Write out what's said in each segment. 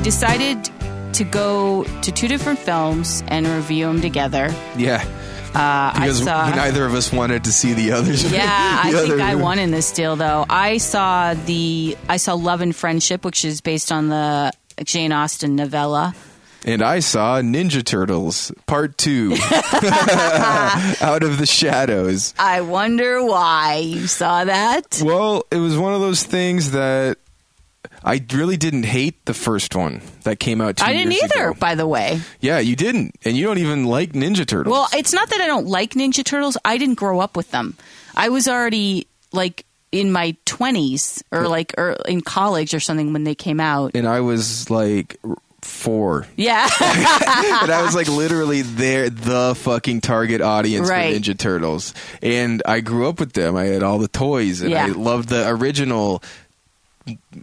decided to go to two different films and review them together. Yeah. because saw- neither of us wanted to see the others. Yeah, I The think other- I won in this deal though. I saw the I saw Love and Friendship, which is based on the Jane Austen novella. And I saw Ninja Turtles Part Two, Out of the Shadows. I wonder why you saw that. Well, it was one of those things that I really didn't hate the first one that came out. Two I didn't years either, ago. by the way. Yeah, you didn't, and you don't even like Ninja Turtles. Well, it's not that I don't like Ninja Turtles. I didn't grow up with them. I was already like in my 20s or like or in college or something when they came out. and I was like four, Yeah. and I was like literally there, the fucking target audience Right. for Ninja Turtles. And I grew up with them. I had all the toys, and Yeah. I loved the original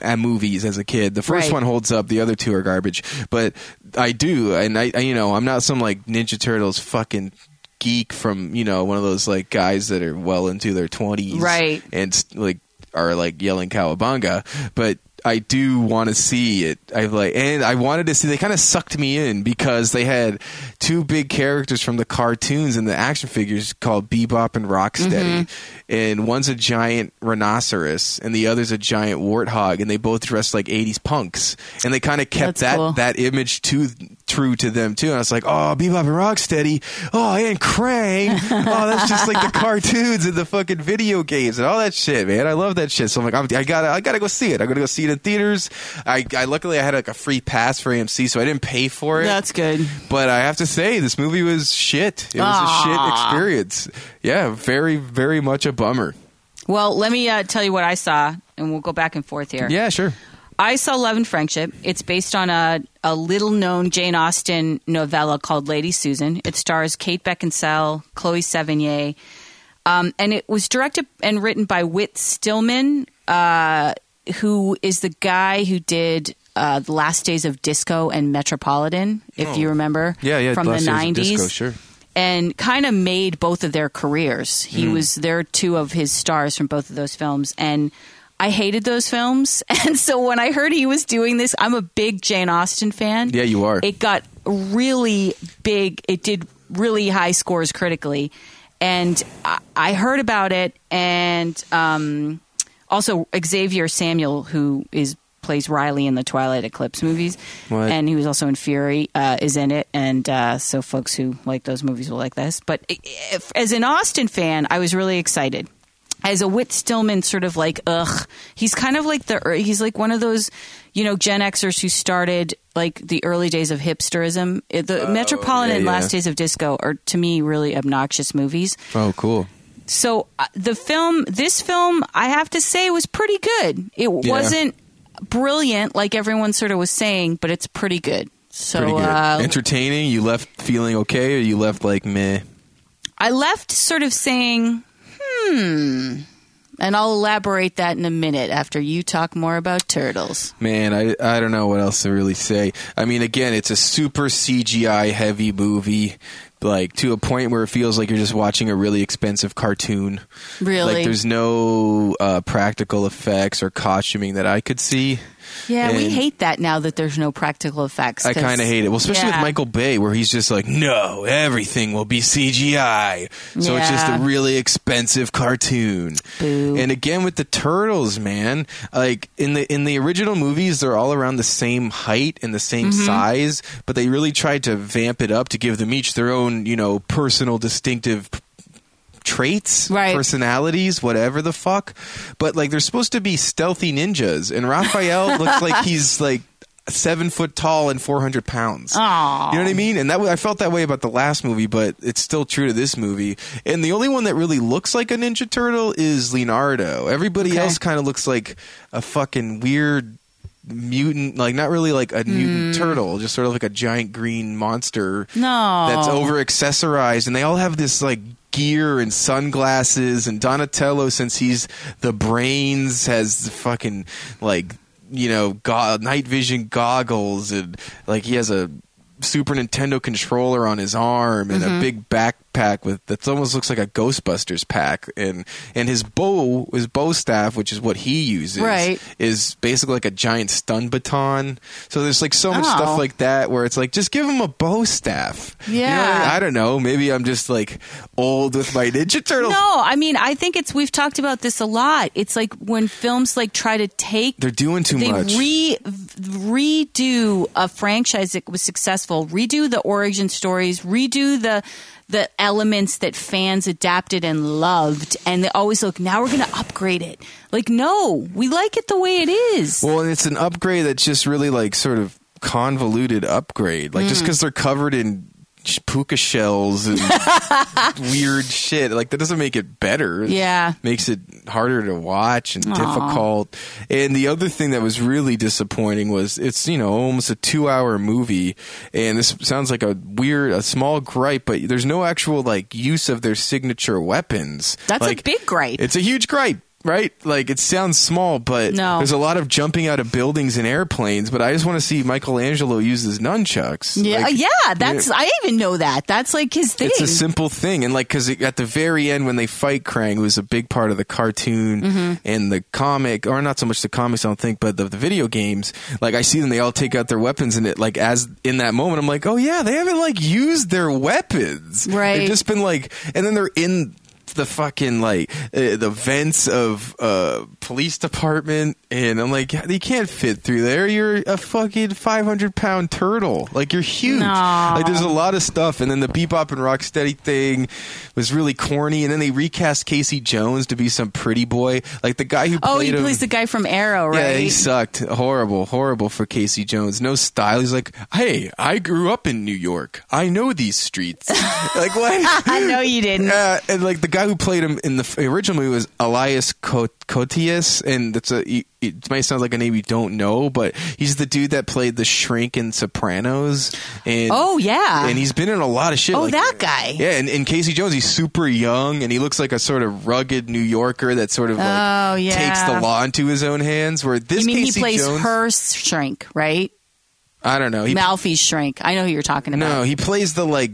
uh, movies as a kid. The first Right. one holds up; the other two are garbage. But I do, and I, I, you know, I'm not some like Ninja Turtles fucking geek from you know one of those like guys that are well into their 20s, Right. And like are like yelling cowabunga, but. I do want to see it. I like, and I wanted to see. They kind of sucked me in because they had two big characters from the cartoons and the action figures called Bebop and Rocksteady, Mm-hmm. and one's a giant rhinoceros and the other's a giant warthog, and they both dress like '80s punks, and they kind of kept That's that cool. that image too true to them too. And I was like, oh, Bebop and Rocksteady, oh, and Krang, oh, that's just like the cartoons and the fucking video games and all that shit, man. I love that shit. So I'm like, I'm, I gotta, I gotta go see it. I'm gonna go see it in theaters. I, I luckily I had like a free pass for AMC, so I didn't pay for it. good. but I have to say, this movie was shit. It was Aw. a shit experience. Yeah, very, very much a bummer. Well, let me uh, tell you what I saw and we'll go back and forth here. Yeah, sure. I saw Love and Friendship. It's based on a, a little known Jane Austen novella called Lady Susan. It stars Kate Beckinsale, Chloe Sevigny, um, and it was directed and written by Whit Stillman, uh, who is the guy who did. Uh, the last days of disco and metropolitan if you remember Oh. Yeah, yeah, from Last the Days 90s of Disco, sure. and kind of made both of their careers. He Mm. was there two of his stars from both of those films and I hated those films. And so when I heard he was doing this, I'm a big Jane Austen fan. Yeah, you are. It got really big. It did really high scores critically. And I- I heard about it and um also Xavier Samuel who is plays Riley in the Twilight Eclipse movies, What? and he was also in Fury uh, is in it, and uh, so folks who like those movies will like this. But i- if, as an Austin fan, I was really excited. As a Whit Stillman, sort of like ugh, he's kind of like the er- he's like one of those you know Gen Xers who started like the early days of hipsterism. It- The Metropolitan Oh, yeah, and yeah. Last Days of Disco are to me really obnoxious movies. Oh, cool. So uh, the film, this film, I have to say, was pretty good. It wasn't brilliant like everyone sort of was saying, but it's pretty good. So Pretty good. Uh, Entertaining. You left feeling okay, or you left like meh. I left sort of saying, hmm, and I'll elaborate that in a minute after you talk more about turtles. Man, I I don't know what else to really say. I mean, again, it's a super CGI heavy movie, like to a point where it feels like you're just watching a really expensive cartoon. Really? like there's no uh, practical effects or costuming that I could see. Yeah, we And- hate that now that there's no practical effects. I 'cause- kind of hate it. Well, especially Yeah. with Michael Bay, where he's just like, no, everything will be CGI. So it's just Yeah. a really expensive cartoon. Boo. And again with the turtles, man, like in the in the original movies, they're all around the same height and the same size, but they really tried to vamp it up to give them each their own, you know, personal distinctive traits, Right. personalities, whatever the fuck. But like they're supposed to be stealthy ninjas, and Raphael looks like he's like seven foot tall and four hundred pounds. Oh, Aw. You know what I mean? And that wa- I felt that way about the last movie, but it's still true to this movie. And the only one that really looks like a Ninja Turtle is Leonardo. Everybody Okay. else kind of looks like a fucking weird mutant like not really like a mutant Hmm. turtle just sort of like a giant green monster No. that's over accessorized and they all have this like gear and sunglasses and donatello since he's the brains has the fucking like you know go- night vision goggles and like he has a Super Nintendo controller on his arm and a big backpack with that almost looks like a Ghostbusters pack and and his bow his bow staff which is what he uses Right. is basically like a giant stun baton so there's like so much Oh. stuff like that where it's like just give him a bow staff You know what I mean? Yeah. I don't know maybe I'm just like old with my Ninja Turtle No, I mean, I think it's, we've talked about this a lot. It's like when films like try to take they're doing too they much re redo a franchise that was successful, redo the origin stories, redo the the elements that fans adapted and loved, and they always look now we're going to upgrade it. Like, no, we like it the way it is. Well, and it's an upgrade that's just really like sort of convoluted upgrade. Like Mm. just because they're covered in sh- puka shells and weird shit, like that doesn't make it better. It Yeah. makes it harder to watch and difficult. And the other thing that was really disappointing was it's you know almost a two-hour movie, and this sounds like a weird, a small gripe, but there's no actual like use of their signature weapons. That's Like, a big gripe. it's a huge gripe, right? Like it sounds small, but No. there's a lot of jumping out of buildings and airplanes. But I just want to see Michelangelo use his nunchucks. yeah, Like, yeah, that's I even know that. That's like his thing. It's a simple thing, and like because at the very end when they fight Krang, who was a big part of the cartoon Mm-hmm. and the comic, or not so much the comics, I don't think, but the, the video games. Like I see them, they all take out their weapons, and it like as in that moment, I'm like, oh yeah, they haven't like used their weapons, Right. They've just been like, and then they're in the fucking like uh, the vents of uh police department and i'm like you can't fit through there you're a fucking 500 pound turtle like you're huge No. like there's a lot of stuff and then the bebop and rocksteady thing was really corny and then they recast casey jones to be some pretty boy like the guy who oh, played he him plays the guy from Arrow, right? yeah, he sucked. Horrible, horrible for Casey Jones. No style. He's like, hey, I grew up in New York. I know these streets. like what? I know you didn't. Uh, and like the guy who played him in the f- original movie was Elias Cot- Cotillas, and that's a you- it might sound like a name you don't know, but he's the dude that played the shrink in Sopranos. And Oh, yeah. and he's been in a lot of shit. Oh, like- that guy. Yeah, and, and Casey Jones, he's super young, and he looks like a sort of rugged New Yorker that sort of like Oh, yeah. takes the law into his own hands. Where this you mean Casey he plays Jones, her shrink, right? I don't know. He Malfi's shrink. I know who you're talking about. No, he plays the like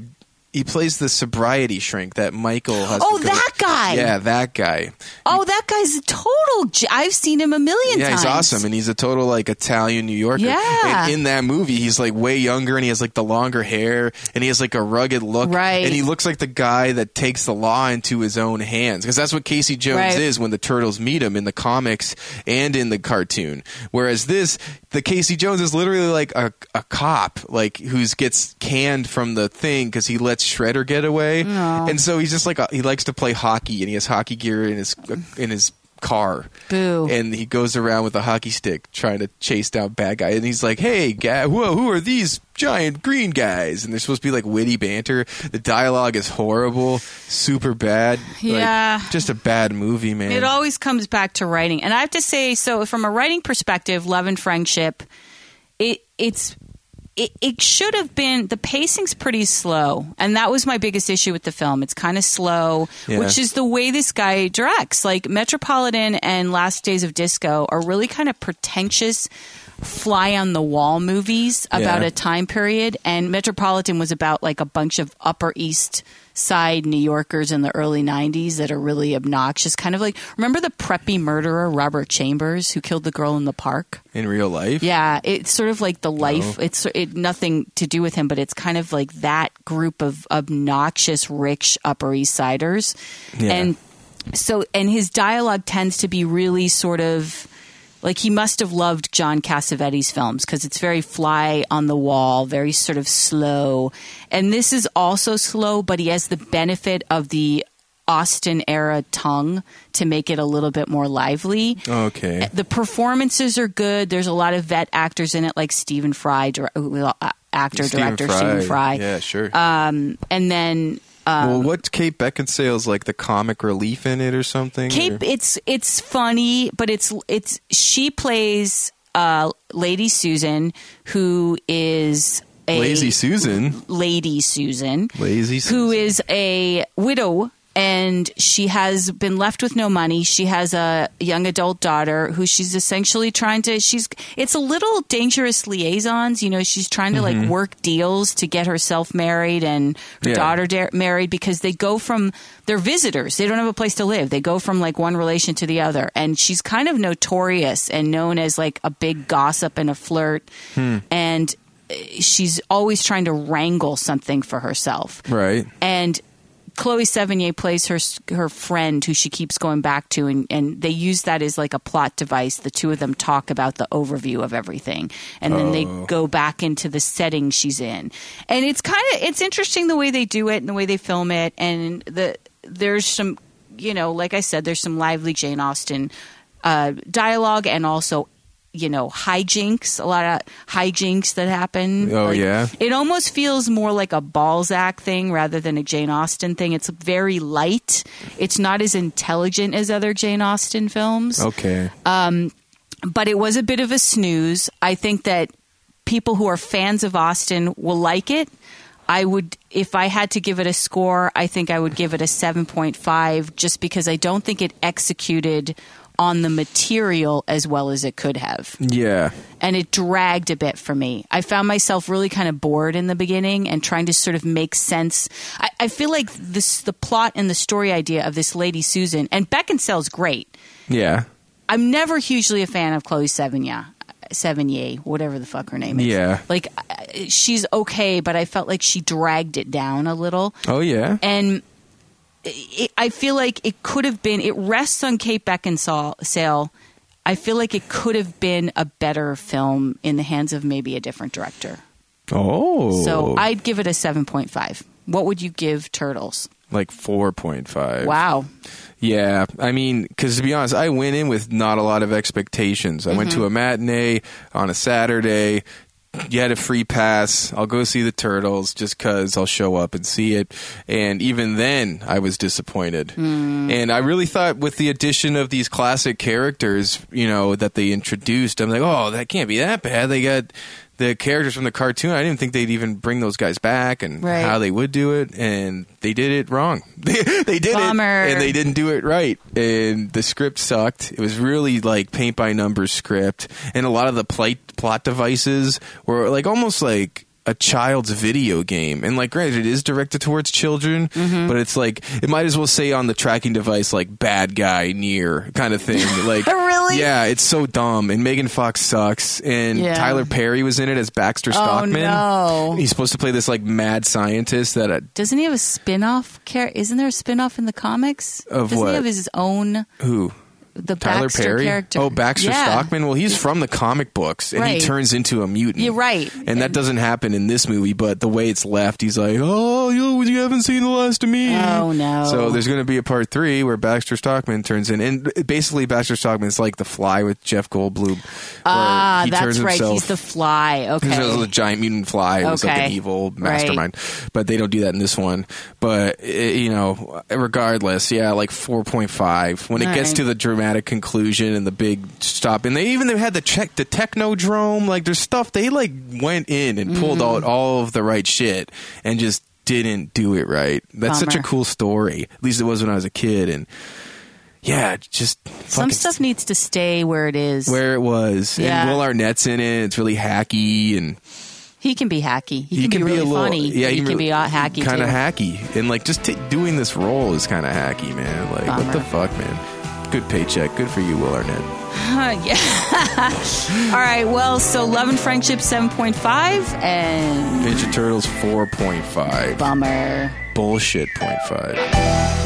he plays the sobriety shrink that Michael has. Oh, to go- that guy! Yeah, that guy. Oh, that guy's a total. J- I've seen him a million Yeah, times. he's awesome, and he's a total like Italian New Yorker. Yeah. And in that movie, he's like way younger, and he has like the longer hair, and he has like a rugged look, Right. And he looks like the guy that takes the law into his own hands, because that's what Casey Jones Right. is when the turtles meet him in the comics and in the cartoon. Whereas this, the Casey Jones is literally like a, a cop, like who's gets canned from the thing because he lets Shredder get away, and so he's just like a, he likes to play hockey, and he has hockey gear in his in his car Boo. and he goes around with a hockey stick trying to chase down bad guy and he's like hey guy whoa who are these giant green guys and they're supposed to be like witty banter the dialogue is horrible super bad Like, Yeah. just a bad movie man It always comes back to writing, and I have to say, so from a writing perspective, Love and Friendship, it it's it, it should have been the pacing's pretty slow, and that was my biggest issue with the film. It's kind of slow, Yeah. which is the way this guy directs. Like Metropolitan and Last Days of Disco are really kind of pretentious. Fly on the wall movies about Yeah. a time period, and Metropolitan was about like a bunch of Upper East Side New Yorkers in the early 90s that are really obnoxious. Kind of like, remember the preppy murderer Robert Chambers who killed the girl in the park? in real life Yeah, it's sort of like the life. It's it, nothing to do with him, but it's kind of like that group of obnoxious, rich Upper East Siders, Yeah. and so and his dialogue tends to be really sort of like he must have loved John Cassavetes films because it's very fly on the wall, very sort of slow, and this is also slow, but he has the benefit of the. Austin era tongue to make it a little bit more lively okay the performances are good. There's a lot of vet actors in it, like Stephen Fry, dir- uh, actor, director Stephen Fry, Um, yeah sure and then well what's kate beckinsale's like the comic relief in it or something Cape. or- It's it's funny, but it's it's she plays uh, Lady Susan, who is a lazy susan Lady Susan, lazy who susan is a widow and she has been left with no money. She has a young adult daughter who she's essentially trying to she's it's a little dangerous liaisons, you know, she's trying to like work deals to get herself married and her Yeah. daughter da- married because they go from they're visitors. They don't have a place to live. They go from like one relation to the other. And she's kind of notorious and known as like a big gossip and a flirt. And uh, she's always trying to wrangle something for herself Right. and Chloe Sevigny plays her her friend who she keeps going back to, and, and they use that as like a plot device. The two of them talk about the overview of everything, and then they Oh. go back into the setting she's in, and it's kind of it's interesting the way they do it and the way they film it, and the there's some you know like I said there's some lively Jane Austen uh, dialogue and also you know hijinks a lot of hijinks that happen. Oh, Like, yeah? it almost feels more like a Balzac thing rather than a Jane Austen thing. It's very light. It's not as intelligent as other Jane Austen films, Okay. Uh, but it was a bit of a snooze. I think that people who are fans of Austen will like it. I would, if I had to give it a score, I think I would give it a 7.5 just because I don't think it executed on the material as well as it could have yeah. and it dragged a bit for me. I found myself really kind of bored in the beginning and trying to sort of make sense. I, I feel like this the plot and the story idea of this lady Susan and Beckinsale's great. Yeah. I'm never hugely a fan of Chloe Sevigny, Sevigny, whatever the fuck her name is. Yeah. like I- she's okay, but I felt like she dragged it down a little Oh yeah. and it, I feel like it could have been. It rests on Kate Beckinsale. I feel like it could have been a better film in the hands of maybe a different director. Oh. So I'd give it a seven point five. What would you give Turtles? like 4.5. Wow, Yeah, I mean, because to be honest, I went in with not a lot of expectations. I went Mm-hmm. to a matinee on a Saturday. You had a free pass. I'll go see the Turtles just because I'll show up and see it. And even then, I was disappointed. Mm. And I really thought with the addition of these classic characters, you know, that they introduced, I'm like, oh, that can't be that bad. They got the characters from the cartoon. I didn't think they'd even bring those guys back and Right. how they would do it. And they did it wrong. they did did it, Bummer. and they didn't do it right. And the script sucked. It was really like paint by numbers script, and a lot of the plot plot devices were like almost like a child's video game. And like, granted, it is directed towards children, Mm-hmm. but it's like it might as well say on the tracking device like "bad guy near" kind of thing. Like, Really? Yeah, it's so dumb. And Megan Fox sucks. And Yeah. Oh, Tyler Perry was in it as Baxter Stockman. no. He's supposed to play this like mad scientist that. Uh, doesn't he have a spin-off? Char- Isn't there a spin-off in the comics? Of doesn't what? he have his own who? the Tyler Baxter Perry. character? Oh, Baxter Yeah. Stockman. Well, he's from the comic books, and he Right. turns into a mutant. You're right. And that doesn't happen in this movie, but the way it's left, he's like, "Oh, you, you haven't seen the last of me." Oh, no. So there's going to be a part three where Baxter Stockman turns in, and basically Baxter Stockman is like the Fly with Jeff Goldblum. where Ah, he that's turns right. himself- He's the fly. Okay. because it was a giant mutant fly. It was like an Okay. evil mastermind. But they don't do that in this one. But, eh, you know, regardless, yeah, like 4.5. When it All gets right. to the dramatic conclusion and the big stop, and they even had the check, the technodrome, like there's stuff they like went in and pulled Mm-hmm. out all of the right shit and just didn't do it right. That's such a Bummer. cool story. At least it was when I was a kid. And yeah, just Some fucking stuff needs to stay where it is. where it was. Yeah. And Will Arnett's in it. It's really hacky and He can be hacky. He, can, be really funny. Yeah, he, can be uh, hacky Kind too. of hacky, and like just t- doing this role is kind of hacky, man. Like what Bummer. the fuck, man. Good paycheck. Good for you, Will Arnett. yeah. All right. Well, so love and friendship seven point five and Ninja Turtles four point five. bummer. Bullshit point five.